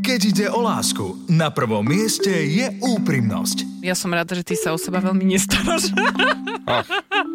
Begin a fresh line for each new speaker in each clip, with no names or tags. Keď ide o lásku, na prvom mieste je úprimnosť.
Ja som rada, že ty sa o seba veľmi nestaráš.
Ah.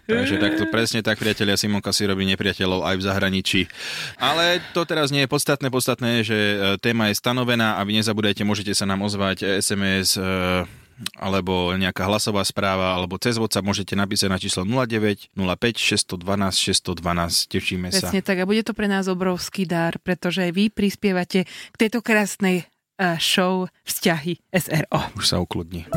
Takže takto presne tak, priatelia, Simonka si robí nepriateľov aj v zahraničí. Ale to teraz nie je podstatné. Podstatné je, že e, téma je stanovená a vy nezabudajte, môžete sa nám ozvať e, SMS e, alebo nejaká hlasová správa, alebo cez WhatsApp môžete napísať na číslo 09 05 612 612. Tešíme sa.
Presne tak a bude to pre nás obrovský dar, pretože aj vy prispievate k tejto krásnej eh, show vzťahy SRO.
Už sa ukludni.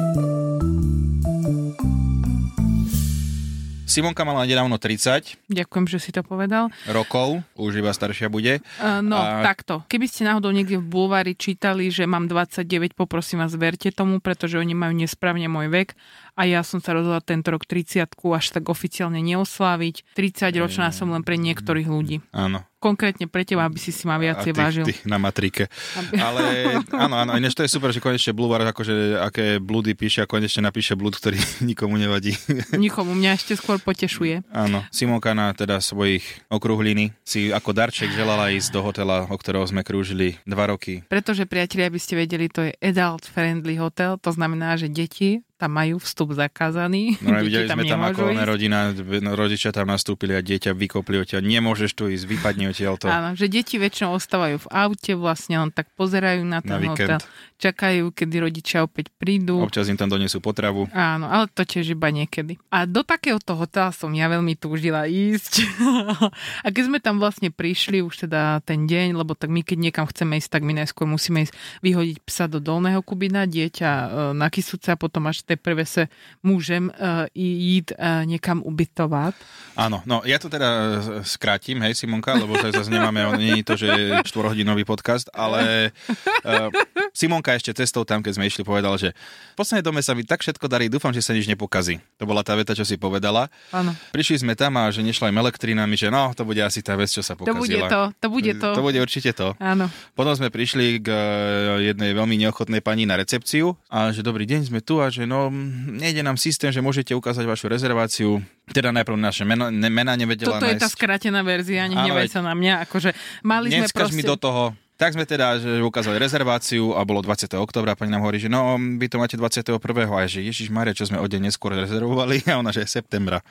Simonka mala nedávno 30
Ďakujem, že si to povedal.
rokov, už iba staršia bude.
Eh, No,
A-
takto. Keby ste náhodou niekde v bulvári čítali, že mám 29, poprosím vás, verte tomu, pretože oni majú nesprávne môj vek a ja som sa rozhodla tento rok 30 až tak oficiálne neosláviť. 30 ročná som len pre niektorých ľudí.
Áno.
Konkrétne pre teba, aby si si ma
A
viacej
ty,
vážil.
ty na matrike. Ale áno, áno, ináč to je super, že konečne Blúvar, akože aké blúdy píše a konečne napíše blúd, ktorý nikomu nevadí.
Nikomu mňa ešte skôr potešuje.
Áno, Simonka na teda svojich okruhliny si ako darček želala ísť do hotela, o ktorého sme krúžili dva roky.
Pretože, priatelia, aby ste vedeli, to je adult friendly hotel, to znamená, že deti tam majú vstup zakázaný.
No a
Deti
videli sme tam,
nemôžu
ako ona
ísť.
rodina, no, rodičia tam nastúpili a dieťa vykopli od ťa. Nemôžeš tu ísť, vypadni od to.
Áno, že deti väčšinou ostávajú v aute, vlastne len tak pozerajú na ten
Na
hotel,
víkend.
čakajú, kedy rodičia opäť prídu.
Občas im tam donesú potravu.
Áno, ale to tiež iba niekedy. A do takéhoto hotela som ja veľmi túžila ísť. a keď sme tam vlastne prišli už teda ten deň, lebo tak my keď niekam chceme ísť, tak my najskôr musíme ísť vyhodiť psa do dolného kubina, dieťa e, na kysúce a potom až teprve se můžem uh, jít uh, někam ubytovat.
Áno, no ja to teda e, skrátim, hej Simonka, lebo sa zase nemáme, on- nie je to, že je štvorhodinový podcast, ale uh, Simonka ešte cestou tam, keď sme išli, povedal, že v poslednej dome sa mi tak všetko darí, dúfam, že sa nič nepokazí. To bola tá veta, čo si povedala.
Áno.
Prišli sme tam a že nešla im elektrina, my, že no, to bude asi tá vec, čo sa
To
pokazila.
bude
Mm,
to, to bude to.
To bude určite to.
Áno.
Potom sme prišli k e, jednej veľmi neochotnej pani na recepciu a že dobrý deň, sme tu a že no, mm, nejde nám systém, že môžete ukázať vašu rezerváciu. Teda najprv naše mena, ne, mena nevedela
Toto je
nájsť.
tá skrátená verzia,
Áno,
nehnevaj
veď-
sa na mňa, akože mali sme
Neckaž
proste...
mi do toho. Tak sme teda že ukázali rezerváciu a bolo 20. oktobra, pani nám hovorí, že no, vy to máte 21. a ja, že Ježiš Maria, čo sme o deň neskôr rezervovali a ona, že septembra.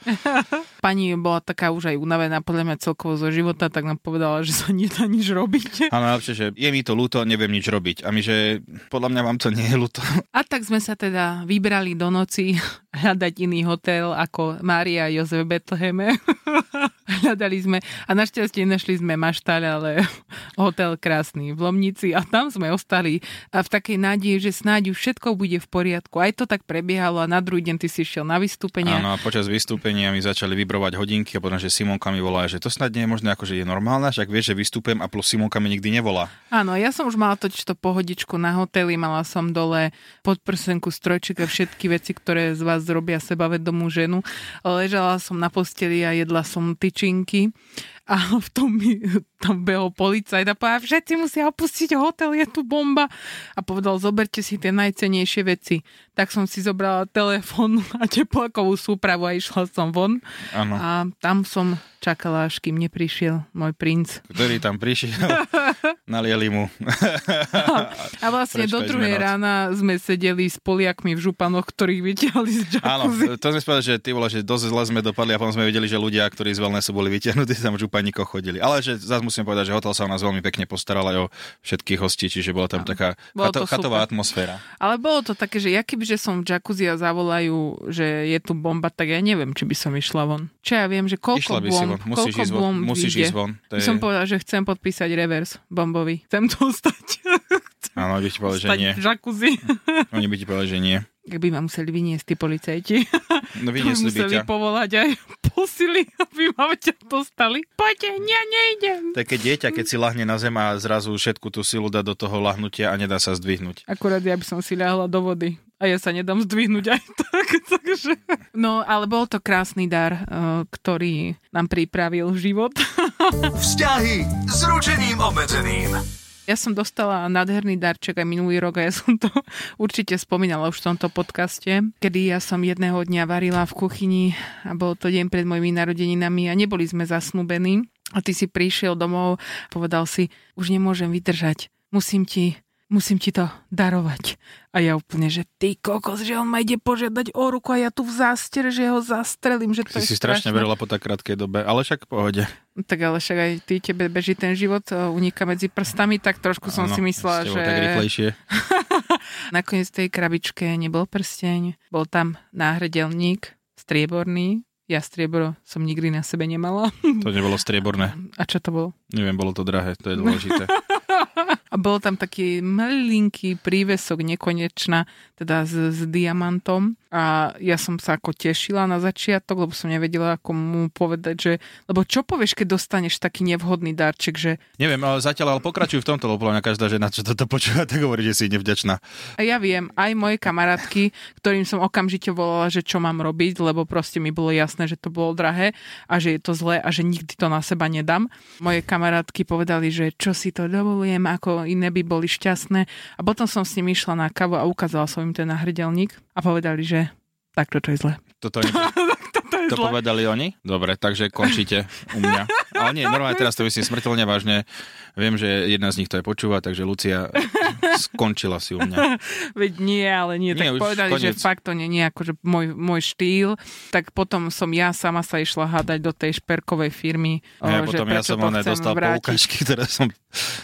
Pani bola taká už aj unavená, podľa mňa celkovo zo života, tak nám povedala, že sa nedá nič robiť.
A najlepšie, že je mi to ľúto, neviem nič robiť. A my, že podľa mňa vám to nie je ľúto.
A tak sme sa teda vybrali do noci hľadať iný hotel ako Mária a Jozef v Betleheme. Hľadali sme a našťastie našli sme maštaľ, ale hotel krásny v Lomnici a tam sme ostali a v takej nádeji, že snáď už všetko bude v poriadku. Aj to tak prebiehalo a na druhý deň ty si šiel na vystúpenia.
Áno, a počas vystúpenia mi začali vybrovať hodinky a potom, že Simonka mi volá, že to snad nie je možné, akože je normálna, však vieš, že vystupujem a plus Simonka mi nikdy nevolá.
Áno, ja som už mala totiž to pohodičku na hoteli, mala som dole podprsenku, strojček a všetky veci, ktoré z vás robia sebavedomú ženu. Ležala som na posteli a jedla som tyčinky a v tom mi tam behol policajt a povedal, všetci musia opustiť hotel, je tu bomba. A povedal, zoberte si tie najcenejšie veci. Tak som si zobrala telefón a teplakovú súpravu a išla som von.
Áno.
A tam som čakala, až kým neprišiel môj princ.
Ktorý tam prišiel, nalieli mu.
A vlastne
Prečkali
do
sme
druhej
noc.
rána sme sedeli s Poliakmi v županoch, ktorých vyťahli z
Áno, e-
jacuzzi.
to sme spovedali, že ty vole, že dosť zle sme dopadli a potom sme videli, že ľudia, ktorí z wellnessu boli vytiahnutí, tam v županíkoch chodili. Ale že zase musím povedať, že hotel sa o nás veľmi pekne postaral aj o všetkých hostí, čiže bola tam taká
Bolo to
chato,
super.
chatová atmosféra.
Ale bolo to také, že ja kebyže som v jacuzzi a zavolajú, že je tu bomba, tak ja neviem, či by som išla von. Čo ja viem, že koľko
Išla by si
bomb,
von, musíš
koľko
ísť von,
bomb
musíš
vyjde.
ísť von. To
By
je...
som povedala, že chcem podpísať revers bombový. Chcem to ostať. Chcem
Áno, by ti povedali, že
ostať
nie.
v jacuzzi.
Oni by ti povedali, že nie.
Ak by ma museli vyniesť tí policajti.
No
To by
vyniesli by
museli
ťa.
povolať aj posily, aby ma ťa dostali. Poďte, ja nejdem.
Také dieťa, keď si lahne na zem a zrazu všetku tú silu dá do toho lahnutia a nedá sa zdvihnúť.
Akurát ja by som si ľahla do vody. A ja sa nedám zdvihnúť aj tak, takže... No, ale bol to krásny dar, eh, ktorý nám pripravil život.
Vzťahy s ručením obmedzeným.
Ja som dostala nádherný darček aj minulý rok a ja som to určite spomínala už v tomto podcaste, kedy ja som jedného dňa varila v kuchyni a bol to deň pred mojimi narodeninami a neboli sme zasnúbení. A ty si prišiel domov, povedal si, už nemôžem vydržať, musím ti musím ti to darovať. A ja úplne, že ty kokos, že on ma ide požiadať o ruku a ja tu v zástere, že ho zastrelím, že to
Ty
je
si
strašné.
strašne verila po tak krátkej dobe, ale však v pohode.
Tak ale však aj ty, tebe beží ten život, e, uniká medzi prstami, tak trošku som
Áno,
si myslela,
s tebou
že...
tak rýchlejšie.
Nakoniec v tej krabičke nebol prsteň, bol tam náhredelník, strieborný. Ja striebro som nikdy na sebe nemala.
To nebolo strieborné.
A čo to bolo?
Neviem, bolo to drahé, to je dôležité.
A bol tam taký malinký prívesok nekonečná, teda s, s diamantom. A ja som sa ako tešila na začiatok, lebo som nevedela, ako mu povedať, že... Lebo čo povieš, keď dostaneš taký nevhodný darček, že
Neviem, ale zatiaľ ale pokračuj v tomto, lebo podľa mňa každá žena, čo toto počúva, tak hovorí, že si nevďačná.
A ja viem, aj moje kamarátky, ktorým som okamžite volala, že čo mám robiť, lebo proste mi bolo jasné, že to bolo drahé a že je to zlé a že nikdy to na seba nedám. Moje kamarátky povedali, že čo si to dovolujem, ako iné by boli šťastné. A potom som s nimi išla na kávu a ukázala som im ten nahrdelník a povedali, že tak toto je zle.
Toto nie,
Toto je
to
zle.
povedali oni? Dobre, takže končíte u mňa. Ale nie, normálne teraz to myslím smrteľne vážne. Viem, že jedna z nich to aj počúva, takže Lucia skončila si u mňa.
Veď nie, ale nie.
Nie,
nie tak
už
povedali, že
koniec.
fakt to nie je akože môj, môj štýl. Tak potom som ja sama sa išla hádať do tej šperkovej firmy.
A ja
o, že
potom ja
prečo
som
to
oné
chcem
dostal
vrátiť.
poukážky, ktoré som,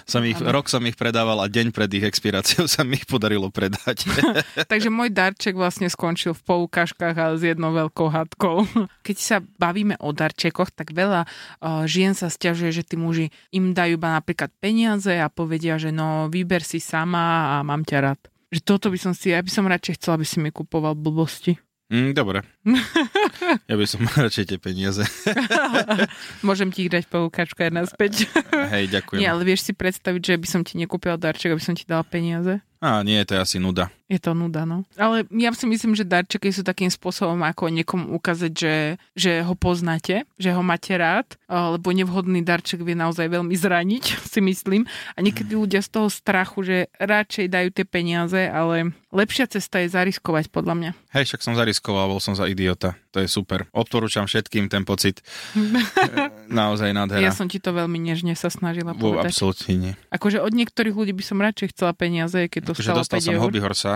som ich,
Áno.
rok som ich predával a deň pred ich expiráciou sa mi ich podarilo predať.
Takže môj darček vlastne skončil v poukážkach a s jednou veľkou hadkou. Keď sa bavíme o darčekoch, tak veľa uh, žien sa stiažuje, že tí muži im dajú iba napríklad peniaze a povedia, že no vyber si sama a mám ťa rád. Že toto by som si, ja by som radšej chcela, aby si mi kupoval blbosti.
Mm, dobre. Ja by som mal radšej tie peniaze.
Môžem ti ich dať poukáčku aj naspäť.
Hej, ďakujem.
Nie, ale vieš si predstaviť, že by som ti nekúpila darček, aby som ti dala peniaze?
Á, nie, to je asi nuda.
Je to nuda, no. Ale ja si myslím, že darčeky sú takým spôsobom, ako niekomu ukázať, že, že ho poznáte, že ho máte rád, eh, lebo nevhodný darček vie naozaj veľmi zraniť, si myslím. A niekedy ľudia z toho strachu, že radšej dajú tie peniaze, ale lepšia cesta je zariskovať, podľa mňa.
Hej, však som zariskoval, bol som za idiota. To je super. Odporúčam všetkým ten pocit. E, Naozaj nádhera.
Ja som ti to veľmi nežne sa snažila
Vo,
povedať.
absolútne nie.
Akože od niektorých ľudí by som radšej chcela peniaze, keď
Akože
dostala 5
dostal som
eur.
hobby horsa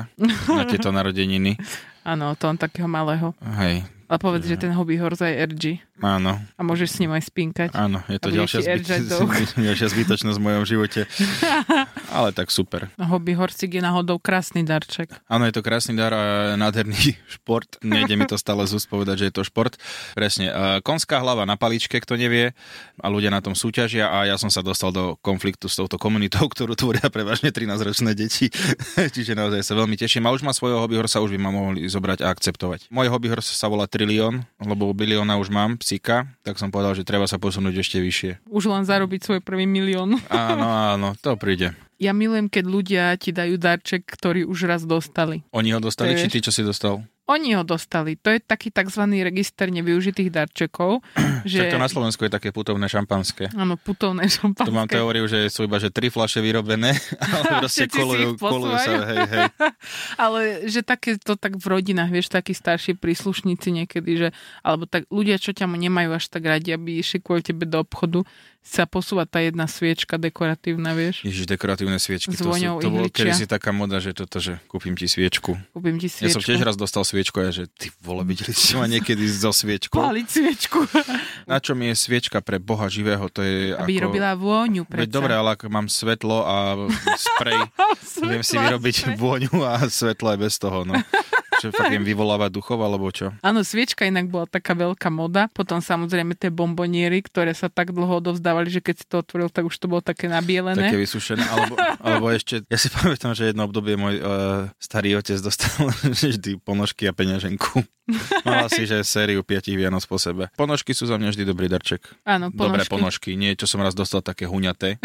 na tieto narodeniny.
Áno, to on takého malého.
Hej,
Ale povedz, že ten hobby horza je RG
áno,
a môžeš s ním aj spinkať.
áno. Je
A
to
budeš
ďalšia,
si
zbyt...
edžať dlho.
ďalšia zbytočnosť v mojom živote. Ale tak super.
Hobby horsík je náhodou krásny darček.
Áno, je to krásny dar a nádherný šport. Nejde mi to stále z úst povedať, že je to šport. Presne. e, Konská hlava na paličke, kto nevie. A ľudia na tom súťažia a ja som sa dostal do konfliktu s touto komunitou, ktorú tvoria prevažne 13-ročné deti. Čiže naozaj sa veľmi teším. A už má svojho hobbyhorsa, už by ma mohli zobrať a akceptovať. Môj hobbyhors sa volá Trilión, lebo bilióna už mám, psíka, tak som povedal, že treba sa posunúť ešte vyššie.
Už len zarobiť svoj prvý milión.
Áno, áno, to príde.
Ja milujem, keď ľudia ti dajú darček, ktorý už raz dostali.
Oni ho
To
dostali,
je-
či ty, čo si dostal?
Oni ho dostali. To je taký tzv. register nevyužitých darčekov.
Že...
že...
Tak to na Slovensku je také putovné šampanské.
Áno, putovné šampanské.
Tu mám teóriu, že sú iba že tri flaše vyrobené, ale proste
všetci si
kolujú,
ich
kolujú sa,
posúvajú.
hej, hej.
Ale že také to tak v rodinách, vieš, takí starší príslušníci niekedy, že, alebo tak ľudia, čo ťa nemajú až tak radi, aby šikujú tebe do obchodu, sa posúva tá jedna sviečka dekoratívna, vieš.
Ježiš, dekoratívne sviečky.
S
To, sú,
vôňou
to bolo
ihličia.
kedy si taká moda, že toto, že kúpim ti sviečku.
Kúpim ti
Ja
sviečku.
som tiež raz dostal sviečku a ja, že ty vole, videli ste ma niekedy so sviečkou.
Páliť sviečku.
Na čom je sviečka pre Boha živého, to je
Aby
ako...
robila vôňu predsa.
Veď dobre, ale ak mám svetlo a sprej, viem si vyrobiť vôňu a svetlo aj bez toho, no. Čo fakt viem vyvolávať duchov, alebo čo?
Áno, sviečka inak bola taká veľká moda. Potom samozrejme tie bomboniery, ktoré sa tak dlho odovzdávali, že keď si to otvoril, tak už to bolo také
Také
nabielené.
vysušené, alebo, alebo ešte, ja si pamätám, že jedno obdobie môj uh, starý otec dostal vždy ponožky a peňaženku. Mal asi, že sériu piatich Vianoc po sebe. Ponožky sú za mňa vždy dobrý darček.
Áno,
Dobré
ponožky.
ponožky, nie, čo som raz dostal také huňaté.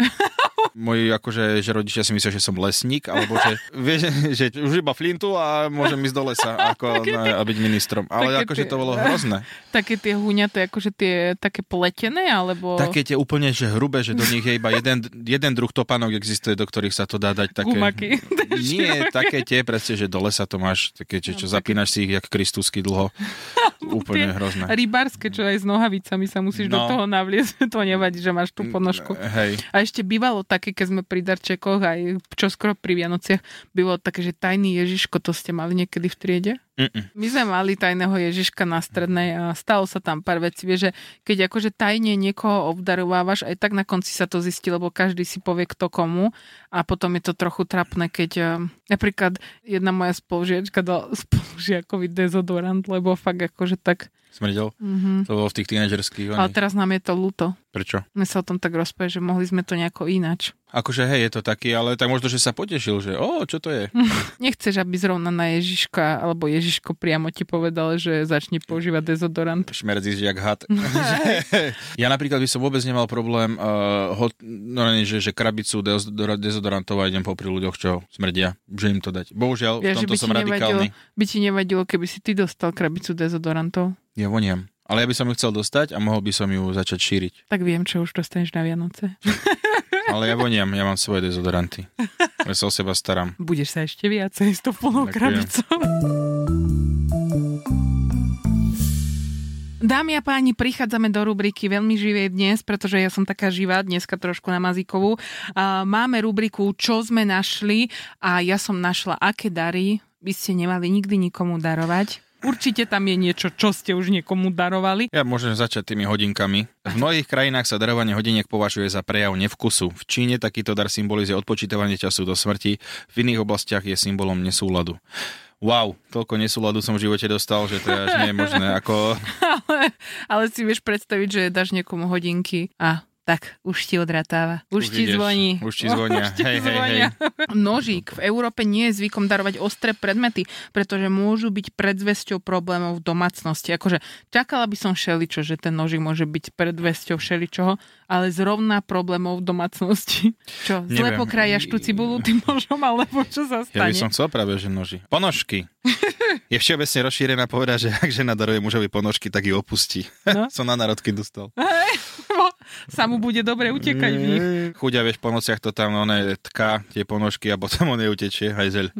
Moji akože, že rodičia si myslia, že som lesník, alebo že, vieš, že už iba flintu a môžem ísť do lesa ako, na, a byť ministrom. Ale
Také
akože
tie-
to bolo hrozné.
Také tie huňaté, akože tie také pletené, alebo...
Také tie úplne, že hrubé, že do nich je iba jeden, jeden druh topánok existuje, do ktorých sa to dá dať také...
Gumaky.
Nie, také tie, presne, že do lesa to máš, také, že,
No,
čo zapínaš si ich jak kristusky dlho. Úplne hrozné.
Rybárske, čo aj s nohavicami sa musíš no. do
No.
toho navliesť, to nevadí, že máš tú ponožku.
Hej.
A ešte bývalo také, keď sme pri darčekoch, aj čo skoro pri Vianociach, bývalo také, že tajný Ježiško, to ste mali niekedy v triede?
Mm-mm.
My sme mali tajného Ježiška na strednej a stalo sa tam pár vecí, vieš, že keď akože tajne niekoho obdarovávaš, aj tak na konci sa to zistí, lebo každý si povie kto komu a potom je to trochu trapné, keď ehm, napríklad jedna moja spolužiačka dala spolužiakovi dezodorant, lebo fakt akože tak...
Smrdel?
Mm-hmm.
To bolo v tých tínedžerských.
Ale
oni-
teraz nám je to ľúto.
Prečo?
My sa o tom tak rozprávali, že mohli sme to nejako inač.
Akože hej, je to taký, ale tak možno, že sa potešil, že o, čo to je?
Nechceš, aby zrovna na Ježiška alebo Ježiško priamo ti povedal, že začne používať dezodorant.
Šmerdíš jak had. Že- ja napríklad by som vôbec nemal problém, uh, hot, no nie, že, že krabicu deodor- dezodorantov a idem popri ľuďoch, čo smrdia, že im to dať. Bohužiaľ,
Vieš,
v
že by
tomto som
ti nevadilo,
radikálny.
by ti nevadilo, keby si ty dostal krabicu dezodorantov.
Ja voniam. Ale ja by som ju chcel dostať a mohol by som ju začať šíriť.
Tak viem, čo už dostaneš na Vianoce.
Ale ja voniam, ja mám svoje dezodoranty. Ja sa o seba starám.
Budeš sa ešte viacej s tou plnou
Ďakujem.
krabicou. Dámy a páni, prichádzame do rubriky Veľmi živej dnes, pretože ja som taká živá, dneska trošku na Mazikovú. A Máme rubriku Čo sme našli a ja som našla, aké dary by ste nemali nikdy nikomu darovať. Určite tam je niečo, čo ste už niekomu darovali.
Ja môžem začať tými hodinkami. V mnohých krajinách sa darovanie hodiniek považuje za prejav nevkusu. V Číne takýto dar symbolizuje odpočítavanie času do smrti, v iných oblastiach je symbolom nesúladu. Wow, toľko nesúladu som v živote dostal, že to je až nie je možné. Ako...
Ale, ale si vieš predstaviť, že dáš niekomu hodinky a tak už ti odratáva. Už, už ti ideš, zvoní.
Už ti zvonia.
Už ti
hej, hej, hej.
zvonia. Nožík. V Európe nie je zvykom darovať ostré predmety, pretože môžu byť predzvesťou problémov v domácnosti. Akože čakala by som šeličo, že ten nožík môže byť predzvesťou šeličoho, ale zrovna problémov v domácnosti. Čo, zle
Neviem.
pokrajaš tú cibulu tým nožom, alebo čo sa
Ja by
stane?
som chcel práve, že noži. Ponožky. Je všeobecne rozšírená poveda, že ak žena daruje mužovi ponožky, tak ju opustí.
No.
som na národky dostal.
Sa mu bude dobre utekať v nich.
Chudia, vieš, po nociach to tam one tká, tie ponožky a potom on neutečie, hajzel.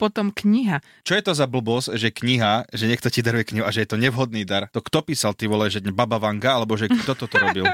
Potom kniha.
Čo je to za blbosť, že kniha, že niekto ti daruje knihu a že je to nevhodný dar? To kto písal, ty vole, že Baba Vanga, alebo že kto toto robil?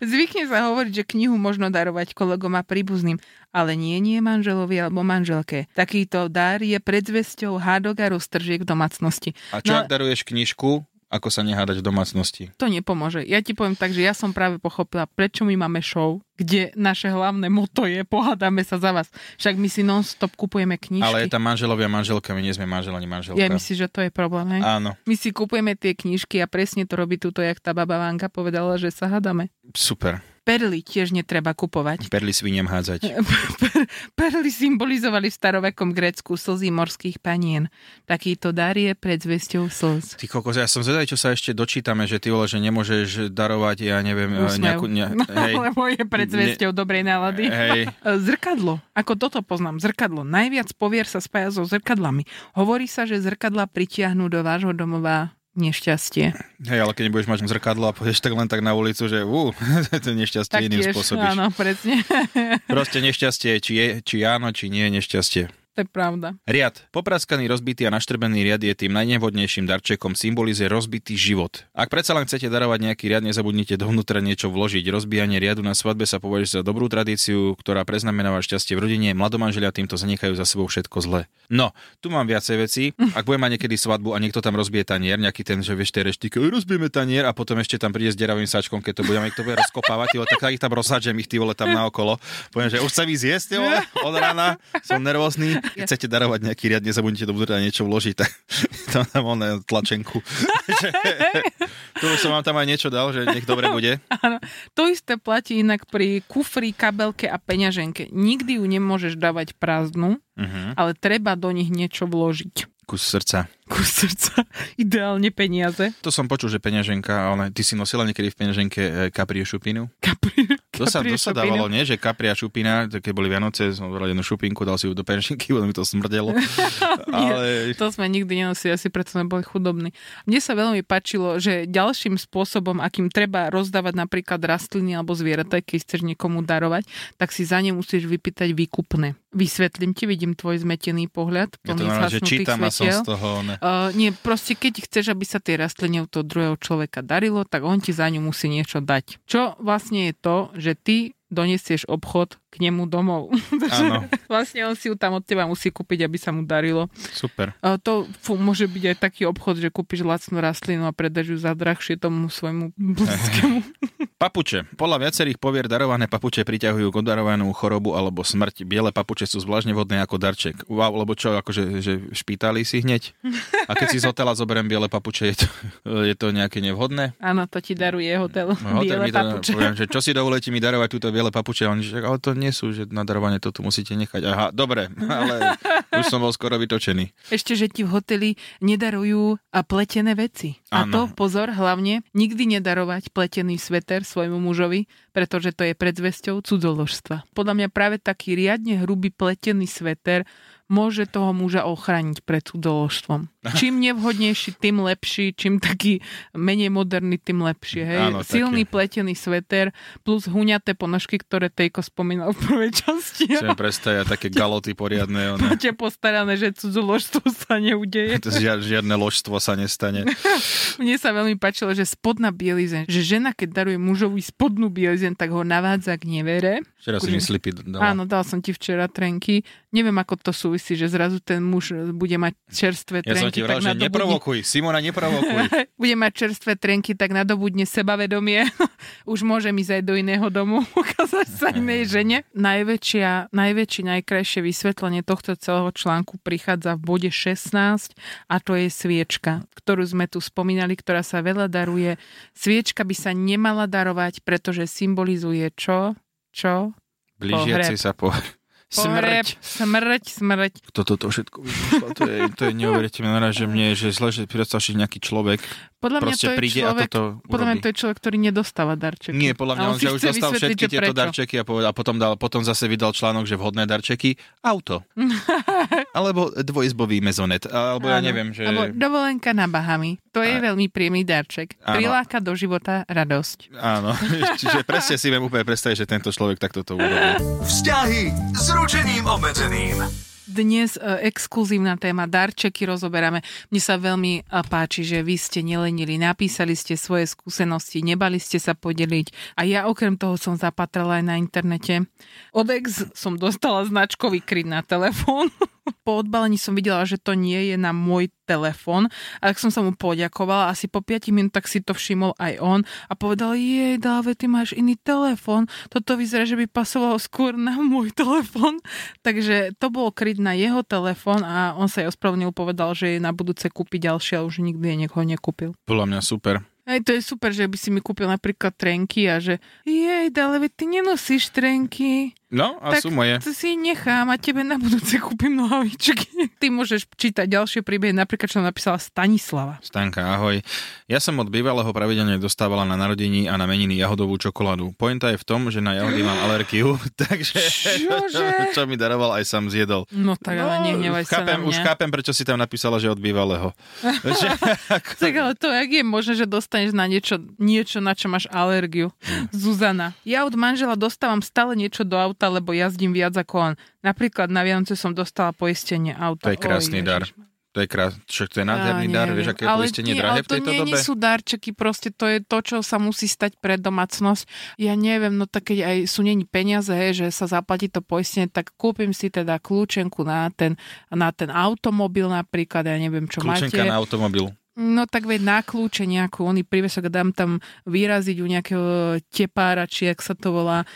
Zvykne sa hovoriť, že knihu možno darovať kolegom a príbuzným, ale nie nie manželovi alebo manželke. Takýto dar je predzvesťou hádok a roztržiek v domácnosti.
A čo,
No-
ak daruješ knižku, ako sa nehádať v domácnosti?
To nepomôže. Ja ti poviem tak, že ja som práve pochopila, prečo my máme show, kde naše hlavné moto je pohádame sa za vás. Však my si non-stop kupujeme knižky.
Ale je tam manželovia a manželka, my nie sme manžel ani manželka.
Ja myslím, že to je problém. Hej?
Áno,
My si kupujeme tie knižky a presne to robí tuto, jak tá baba Vanka povedala, že sa hádame.
super.
Perly tiež netreba kupovať.
Perly sviniem hádzať.
Per- Perly symbolizovali v starovekom Grécku slzy morských panien. Takýto dar je pred zväzťou slz.
Ty kokos, ja som zvedavý, čo sa ešte dočítame, že ty vole, že nemôžeš darovať, ja neviem, e,
Úsmev.
nejakú... Ne,
No,
hej,
Lebo je pred zväzťou dobrej nálady. E,
hej,
Zrkadlo. Ako toto poznám, zrkadlo. Najviac povier sa spája so zrkadlami. Hovorí sa, že zrkadla pritiahnú do vášho domova nešťastie.
hej, ale keď nebudeš mať zrkadlo a pôjdeš tak len tak na ulicu, že ú, to nešťastie iným spôsobíš.
áno, presne.
Proste nešťastie, či, je, či áno, či nie, nešťastie.
to je pravda.
Riad. Popraskaný, rozbitý a naštrbený riad je tým najnevhodnejším darčekom, symbolizuje rozbitý život. Ak predsa len chcete darovať nejaký riad, nezabudnite dovnútra niečo vložiť. Rozbijanie riadu na svadbe sa považuje za dobrú tradíciu, ktorá preznamenáva šťastie v rodine. Mladomanželia týmto zanechajú za sebou všetko zlé. No, tu mám viacej veci. Ak budem mať niekedy svadbu a niekto tam rozbije tanier, nejaký ten, že vieš, tie reštiky, "Oj, rozbijeme tanier a potom ešte tam príde s deravým sačkom, keď to budeme, kto bude rozkopávať, ty vole, tak, tak ich tam rozhadžem ich ty vole tam naokolo. Poviem, že už sa vy zjesť, ty vole, od rána, som nervózny. Keď chcete darovať nejaký riad, nezabudnite do budúca niečo vložiť, tak tam tam on tlačenku. Že- tu už som vám tam aj niečo dal, že nech dobre bude.
Áno. To isté platí inak pri kufri, kabelke a peňaženke. Nikdy ju nemôžeš dávať prázdnu,
Uh-huh.
ale treba do nich niečo vložiť.
Kus srdca.
Kus srdca, ideálne peniaze.
To som počul, že peňaženka, ale ty si nosila niekedy v peňaženke e, kapriu šupinu?
Kapri,
To sa, to
kaprie
sa
šopiny.
dávalo, nie? Že kapria šupina, to keď boli Vianoce, som zobral jednu šupinku, dal si ju do penšinky, lebo mi to smrdelo. Ale
To sme nikdy nenosili, asi preto sme boli chudobní. Mne sa veľmi páčilo, že ďalším spôsobom, akým treba rozdávať napríklad rastliny alebo zvieratá, keď chceš niekomu darovať, tak si za ne musíš vypýtať výkupné. Vysvetlím ti, vidím tvoj zmetený pohľad.
ja to
plný
normálne, že
zhasnutých
čítam a som
svetiel.
z toho... Ne.
Uh, nie, proste keď chceš, aby sa tie rastliny od toho druhého človeka darilo, tak on ti za ňu musí niečo dať. Čo vlastne je to, že ty donesieš obchod k nemu domov. Takže
Áno,
vlastne on si ju tam od teba musí kúpiť, aby sa mu darilo.
super.
Uh, to fú, môže byť aj taký obchod, že kúpiš lacnú rastlinu a predáš ju za drahšie tomu svojmu blízkemu.
Papuče. Podľa viacerých povier darované papuče priťahujú k odarovanú chorobu alebo smrť. Biele papuče sú zvláštne vhodné ako darček. Wow, lebo čo, akože že špitali si hneď? A keď si z hotela zoberiem biele papuče, je to, je to nejaké nevhodné?
Áno, to ti daruje hotel.
No, hotel
Biele
mi to-
papuče.
Poviem, že čo si dovolíte mi darovať túto biele papuče? A Oni, že ale to nie sú, že na darovanie to tu musíte nechať. Aha, dobre, ale už som bol skoro vytočený.
Ešte, že ti v hoteli nedarujú a pletené veci. A to,
Áno.
pozor, hlavne nikdy nedarovať pletený sveter svojmu mužovi, pretože to je predzvesťou cudzoložstva. Podľa mňa práve taký riadne hrubý pletený sveter môže toho muža ochrániť pred cudzoložstvom. Čím nevhodnejší, tým lepší, čím taký menej moderný, tým lepšie. Hej?
Áno, taký.
Silný pletený sveter plus huňaté ponožky, ktoré Tejko spomínal v prvej časti.
Chcem prestať a také galoty poriadne. One.
Poďte postarané, že cudzoložstvo sa neudeje.
To žia- žiadne ložstvo sa nestane.
Mne sa veľmi páčilo, že spodná bielizeň, že žena, keď daruje mužovi spodnú bielizeň, tak ho navádza k nevere.
Včera si mi slipy dala.
Áno, dal som ti včera trenky. Neviem, ako to predstavuj si, že zrazu ten muž bude mať čerstvé
Ja som
trenky.
ti
tak
vravel, že
nadobudne-
neprovokuj, Simona, neprovokuj.
bude mať čerstvé trenky, tak nadobudne sebavedomie. Už môžem ísť aj do iného domu, ukázať sa inej
Mhm.
žene. Najväčšia, najväčšie, najkrajšie vysvetlenie tohto celého článku prichádza v bode 16 a to je sviečka, ktorú sme tu spomínali, ktorá sa veľa daruje. Sviečka by sa nemala darovať, pretože symbolizuje čo? Čo?
Blížiaci sa po...
Pohreb,
Smrť.
smrť, smrť.
Kto toto všetko vymýšľa, to je, to je neuveriteľné, že mne, že zle, že predstav si nejaký človek,
Podľa mňa
proste
to je
príde
človek,
a toto
podľa mňa
urobí.
to je človek, ktorý nedostáva darčeky.
Nie, podľa mňa
A
on,
si
že už
chce
dostal
vysvetliť,
všetky
že
tieto
prečo.
darčeky a, povedal, a potom, dal, potom zase vydal článok, že vhodné darčeky, auto. Alebo dvojizbový mezonet. Alebo ja
Áno.
neviem, že...
Alebo dovolenka na Bahami. To je
A-
veľmi príjemný darček.
Áno.
Priláka do života radosť.
Áno, čiže presne si viem úplne predstaviť, že tento človek takto to urobil.
Vzťahy s ručením obmedzeným.
Dnes e, exkluzívna téma darčeky rozoberáme. Mne sa veľmi e, páči, že vy ste nelenili, napísali ste svoje skúsenosti, nebali ste sa podeliť. A ja okrem toho som zapatrala aj na internete. Od ex som dostala značkový kryt na telefón. Po odbalení som videla, že to nie je na môj telefón. A tak som sa mu poďakovala, asi po 5 minútach si to všimol aj on a povedal, jej, Dáve, ty máš iný telefón, toto vyzerá, že by pasovalo skôr na môj telefón. Takže to bolo kryt na jeho telefón a on sa jej ospravedlnil, povedal, že jej na budúce kúpi ďalšie a už nikdy jej niekoho nekúpil.
Podľa mňa super.
Aj to je super, že by si mi kúpil napríklad trenky a že jej, Dáve, ty nenosíš trenky.
No, a
Tak
sú moje.
To si nechám a tebe na budúce kúpim nohavičky. Ty môžeš čítať ďalšie príbehy, napríklad čo napísala Stanislava.
Stanka, ahoj. Ja som od bývalého pravidelne dostávala na narodení a na meniny jahodovú čokoládu. Pointa je v tom, že na jahody mám alergiu, takže
Čože?
čo mi daroval aj sám zjedol.
No tak ale nehnevaj sa
chápem,
na mňa.
Už chápem, prečo si tam napísala, že od bývalého. že,
Tak ale to, jak je možné, že dostaneš na niečo, niečo na čo máš alergiu? Zuzana, ja od manžela dostávam stále niečo do auta, lebo jazdím viac ako on. Napríklad na Vianoce som dostala poistenie auta.
To je krásny dar. to je krás, čo, to je
Ja
nádherný dar,
neviem.
vieš, aké je
Ale
poistenie
nie,
drahé
ale
v tejto
to nie,
dobe?
sú darčeky, proste to je to, čo sa musí stať pre domácnosť. Ja neviem, no tak keď aj sú není peniaze, hej, že sa zaplatí to poistenie, tak kúpim si teda kľúčenku na ten, na ten automobil napríklad, ja neviem, čo máte.
Kľúčenka na automobil.
No tak veď na kľúče nejakú, oný prívesok a dám tam vyraziť u nejakého tepára, či jak sa to volá.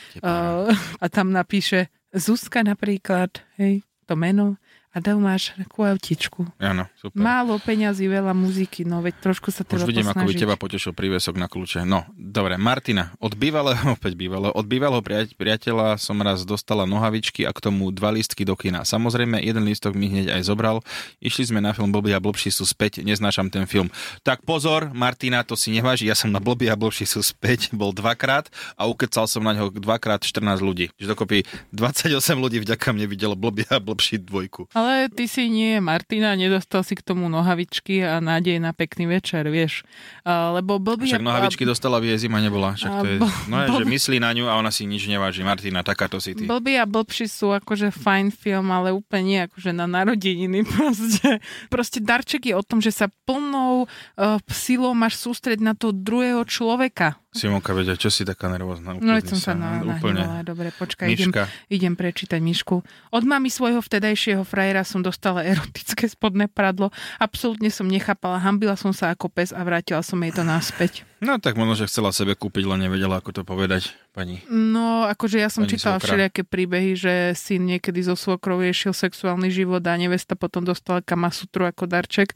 Uh,
Tepára.
a tam napíše Zuzka napríklad, hej, to meno. A dám máš takú autičku.
Áno, super.
Málo peňazí, veľa muziky, no veď trošku sa
Už
treba
vidím, ako by
posnažiť.
teba potešil prívesok na kľúče. No, dobre, Martina, od bývalého, opäť bývalého, od bývalého priateľ, priateľa som raz dostala nohavičky a k tomu dva lístky do kina. Samozrejme, jeden lístok mi hneď aj zobral. Išli sme na film Blbý a blbší sú späť, neznášam ten film. Tak pozor, Martina, to si neváži, ja som na Blbý a blbší sú späť bol dvakrát a ukecal som na ňo dvakrát 14 ľudí. Čiže dokopy 28 ľudí vďaka mne videlo Blbý a blbší dvojku.
Ale ty si nie, Martina, nedostal si k tomu nohavičky a nádej na pekný večer, vieš. Uh, lebo blbý...
Však nohavičky dostala, vie, zima nebola. Však to je,
a bo-
no je, že
bo-
myslí na ňu a ona si nič neváži. Martina, takáto si ty.
Blbý a blbší sú akože fajn film, ale úplne nie akože na narodeniny proste. Proste darček je o tom, že sa plnou uh, silou máš sústrediť na toho druhého človeka.
Simonka vedia, čo si taká nervózna?
No
Úplne
veď som sa na, nahnevala,
úplne.
dobre, počkaj, idem,
Miška,
idem prečítať Mišku. Od mami svojho vtedajšieho frajera som dostala erotické spodné pradlo, absolútne som nechápala, hambila som sa ako pes a vrátila som jej to naspäť.
no tak možno, že chcela sebe kúpiť, len nevedela, ako to povedať pani.
No, akože ja som
Pani
čítala
svokra.
všelijaké príbehy, že syn niekedy zo svokrov riešil sexuálny život a nevesta potom dostala kamasutru ako darček,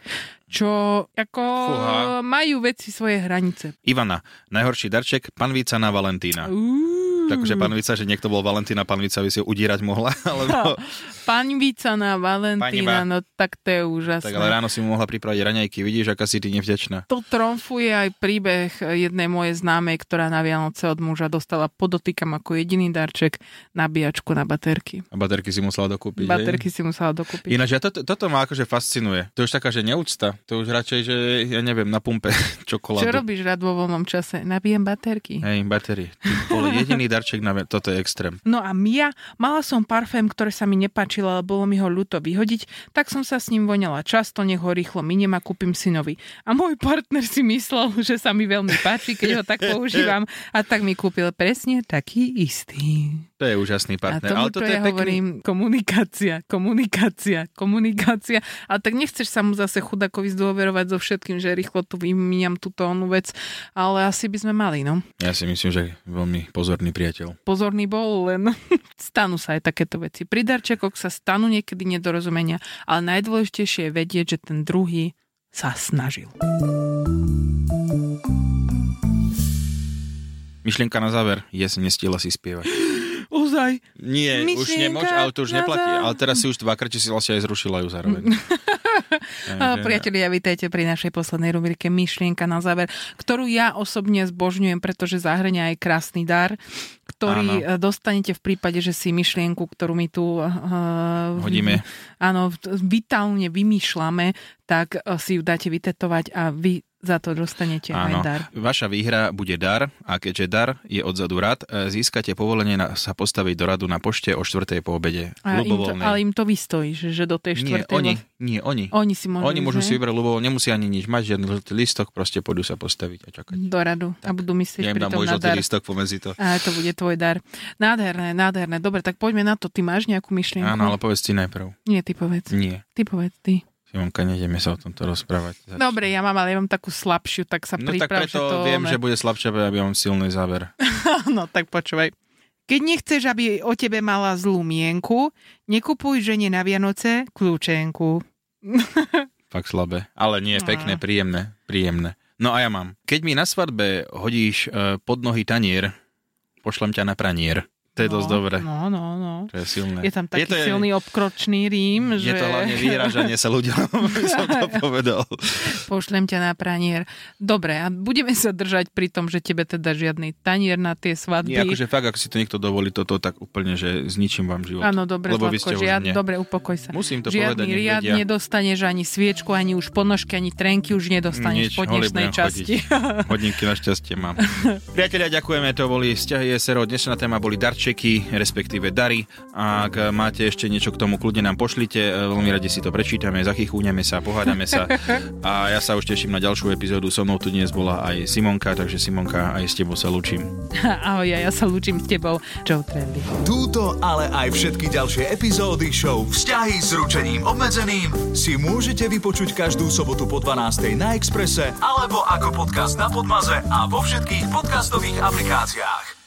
čo ako
Fúha.
majú veci svoje hranice.
Ivana, najhorší darček, panvica na Valentína.
Uú.
Takže panvica, že niekto bol Valentína, panvica by si ju udírať mohla,
No,
alebo...
Panvica na Valentína,
Paniva.
no tak to je úžasné.
tak ale ráno si mu mohla pripraviť raňajky, vidíš, aká si ty nevďačná.
To tromfuje aj príbeh jednej mojej známej, ktorá na Vianoce od muža dostala podotýkam ako jediný darček nabíjačku na baterky.
A baterky si musela dokúpiť. hej?
Baterky si musela dokúpiť.
Ináč, ja to, toto ma akože fascinuje. To je už taká, že neúcta. To už radšej, že ja neviem, na pumpe čokoládu.
Čo robíš rád vo voľnom čase? Nabíjam baterky.
Hej, batérie. To bol jediný darček na... ve- Toto je extrém.
No a Mia, mala som parfém, ktorý sa mi nepáčil nepáčil, ale bolo mi ho ľúto vyhodiť, tak som sa s ním voňala často, nech ho rýchlo miniem a kúpim synovi. A môj partner si myslel, že sa mi veľmi páči, keď ho tak používam a tak mi kúpil presne taký istý.
To je úžasný
A
partner.
tomu
Ale
to
toto je
ja
pekný.
hovorím, komunikácia, komunikácia, komunikácia. Ale tak nechceš sa mu zase chudakovi zdôverovať so všetkým, že rýchlo tu vymíňam túto onú vec, ale asi by sme mali, no.
Ja si myslím, že veľmi pozorný priateľ.
Pozorný bol, len stanú sa aj takéto veci. Pri darčekoch sa stanú niekedy nedorozumenia, ale najdôležitejšie je vedieť, že ten druhý sa snažil.
Myšlienka na záver. Jes, nestihla si spievať.
Ozaj,
Nie, už
Myšlienka
nemôž, ale to už
na
neplatí.
záver.
Ale teraz si už dvakrát, či si vlastne aj zrušila ju zároveň.
A priatelia, vítajte pri našej poslednej rubrike Myšlienka na záver, ktorú ja osobne zbožňujem, pretože zahrňa aj krásny dar, ktorý
Áno.
Áno. dostanete v prípade, že si myšlienku, ktorú my tu uh,
Hodíme.
Áno, v- vitálne vymýšľame, tak eh, si ju dáte vytetovať a vy za to dostanete aj dar.
Vaša výhra bude dar a keďže dar je odzadu rad, e, získate povolenie na, sa postaviť do radu na pošte o 4. po obede.
A im to,
ľubovoľnej.
ale im to vystojí, že, že do tej
nie,
štvrtej...
oni, nie, oni.
oni si môžu,
Oni môžu
že?
si vybrať ľubovoľne, nemusia ani nič mať, žiadny žltý listok, proste pôjdu sa postaviť a čakať.
do radu a budú
Ja
myslieť
im
pri
dám
tom
môj
na
žltý
dar.
listok pomedzi to.
A to bude tvoj dar. Nádherné, nádherné. Dobre, tak poďme na to. Ty máš nejakú myšlienku?
Áno, ale povedz ty najprv.
Nie, ty povedz.
Nie.
Ty povedz, ty.
Simonka, nejdeme sa o tomto rozprávať. Začni.
Dobre, ja mám, ale ja mám takú slabšiu, tak sa
No tak
priprav, že
preto
to...
viem, že bude slabšie, aby ja mám silný záver.
No tak počúvaj. Keď nechceš, aby o tebe mala zlú mienku, nekupuj žene na Vianoce kľúčenku.
Fakt slabé. Ale nie, pekné, príjemné, príjemné. No a ja mám. Keď mi na svadbe hodíš e, pod nohy tanier, pošlem ťa na pranier. To je
no,
dosť dobré.
No, no, no.
To je silné.
Je tam
Je
taký
to-
silný obkročný rím,
Je
že...
to hlavne vyražanie sa ľuďom, som to povedal.
Pošlem ťa na pranier. Dobre, a budeme sa držať pri tom, že tebe teda žiadny tanier na tie svadby.
Nie, akože fakt, ako si to niekto dovolí toto, tak úplne, že zničím vám život.
Áno, dobre,
Lebo vy ste
Zlatko,
už
žiad,
nie.
dobre, upokoj sa.
Musím to
Žiadny
povedať, nech
riad
vedia.
nedostaneš ani sviečku, ani už ponožky, ani trenky už nedostaneš
Nič,
v podnešnej
holý budem
časti.
Hodinky na šťastie mám. Priatelia, ďakujeme, to boli vzťahy SRO. Dnešná téma boli darčeky, respektíve dary. Ak máte ešte niečo k tomu, kľudne nám pošlite. E, Veľmi radi si to prečítame, zachychúňame sa, pohádame sa. A ja sa už teším na ďalšiu epizódu. So mnou tu dnes bola aj Simonka, takže Simonka, aj s tebou sa lúčim.
Ahoj, ja, ja sa lúčim s tebou. Čau, trendy.
Túto, ale aj všetky ďalšie epizódy show Vzťahy s ručením obmedzeným si môžete vypočuť každú sobotu po 12. na Exprese alebo ako podcast na Podmaze a vo všetkých podcastových aplikáciách.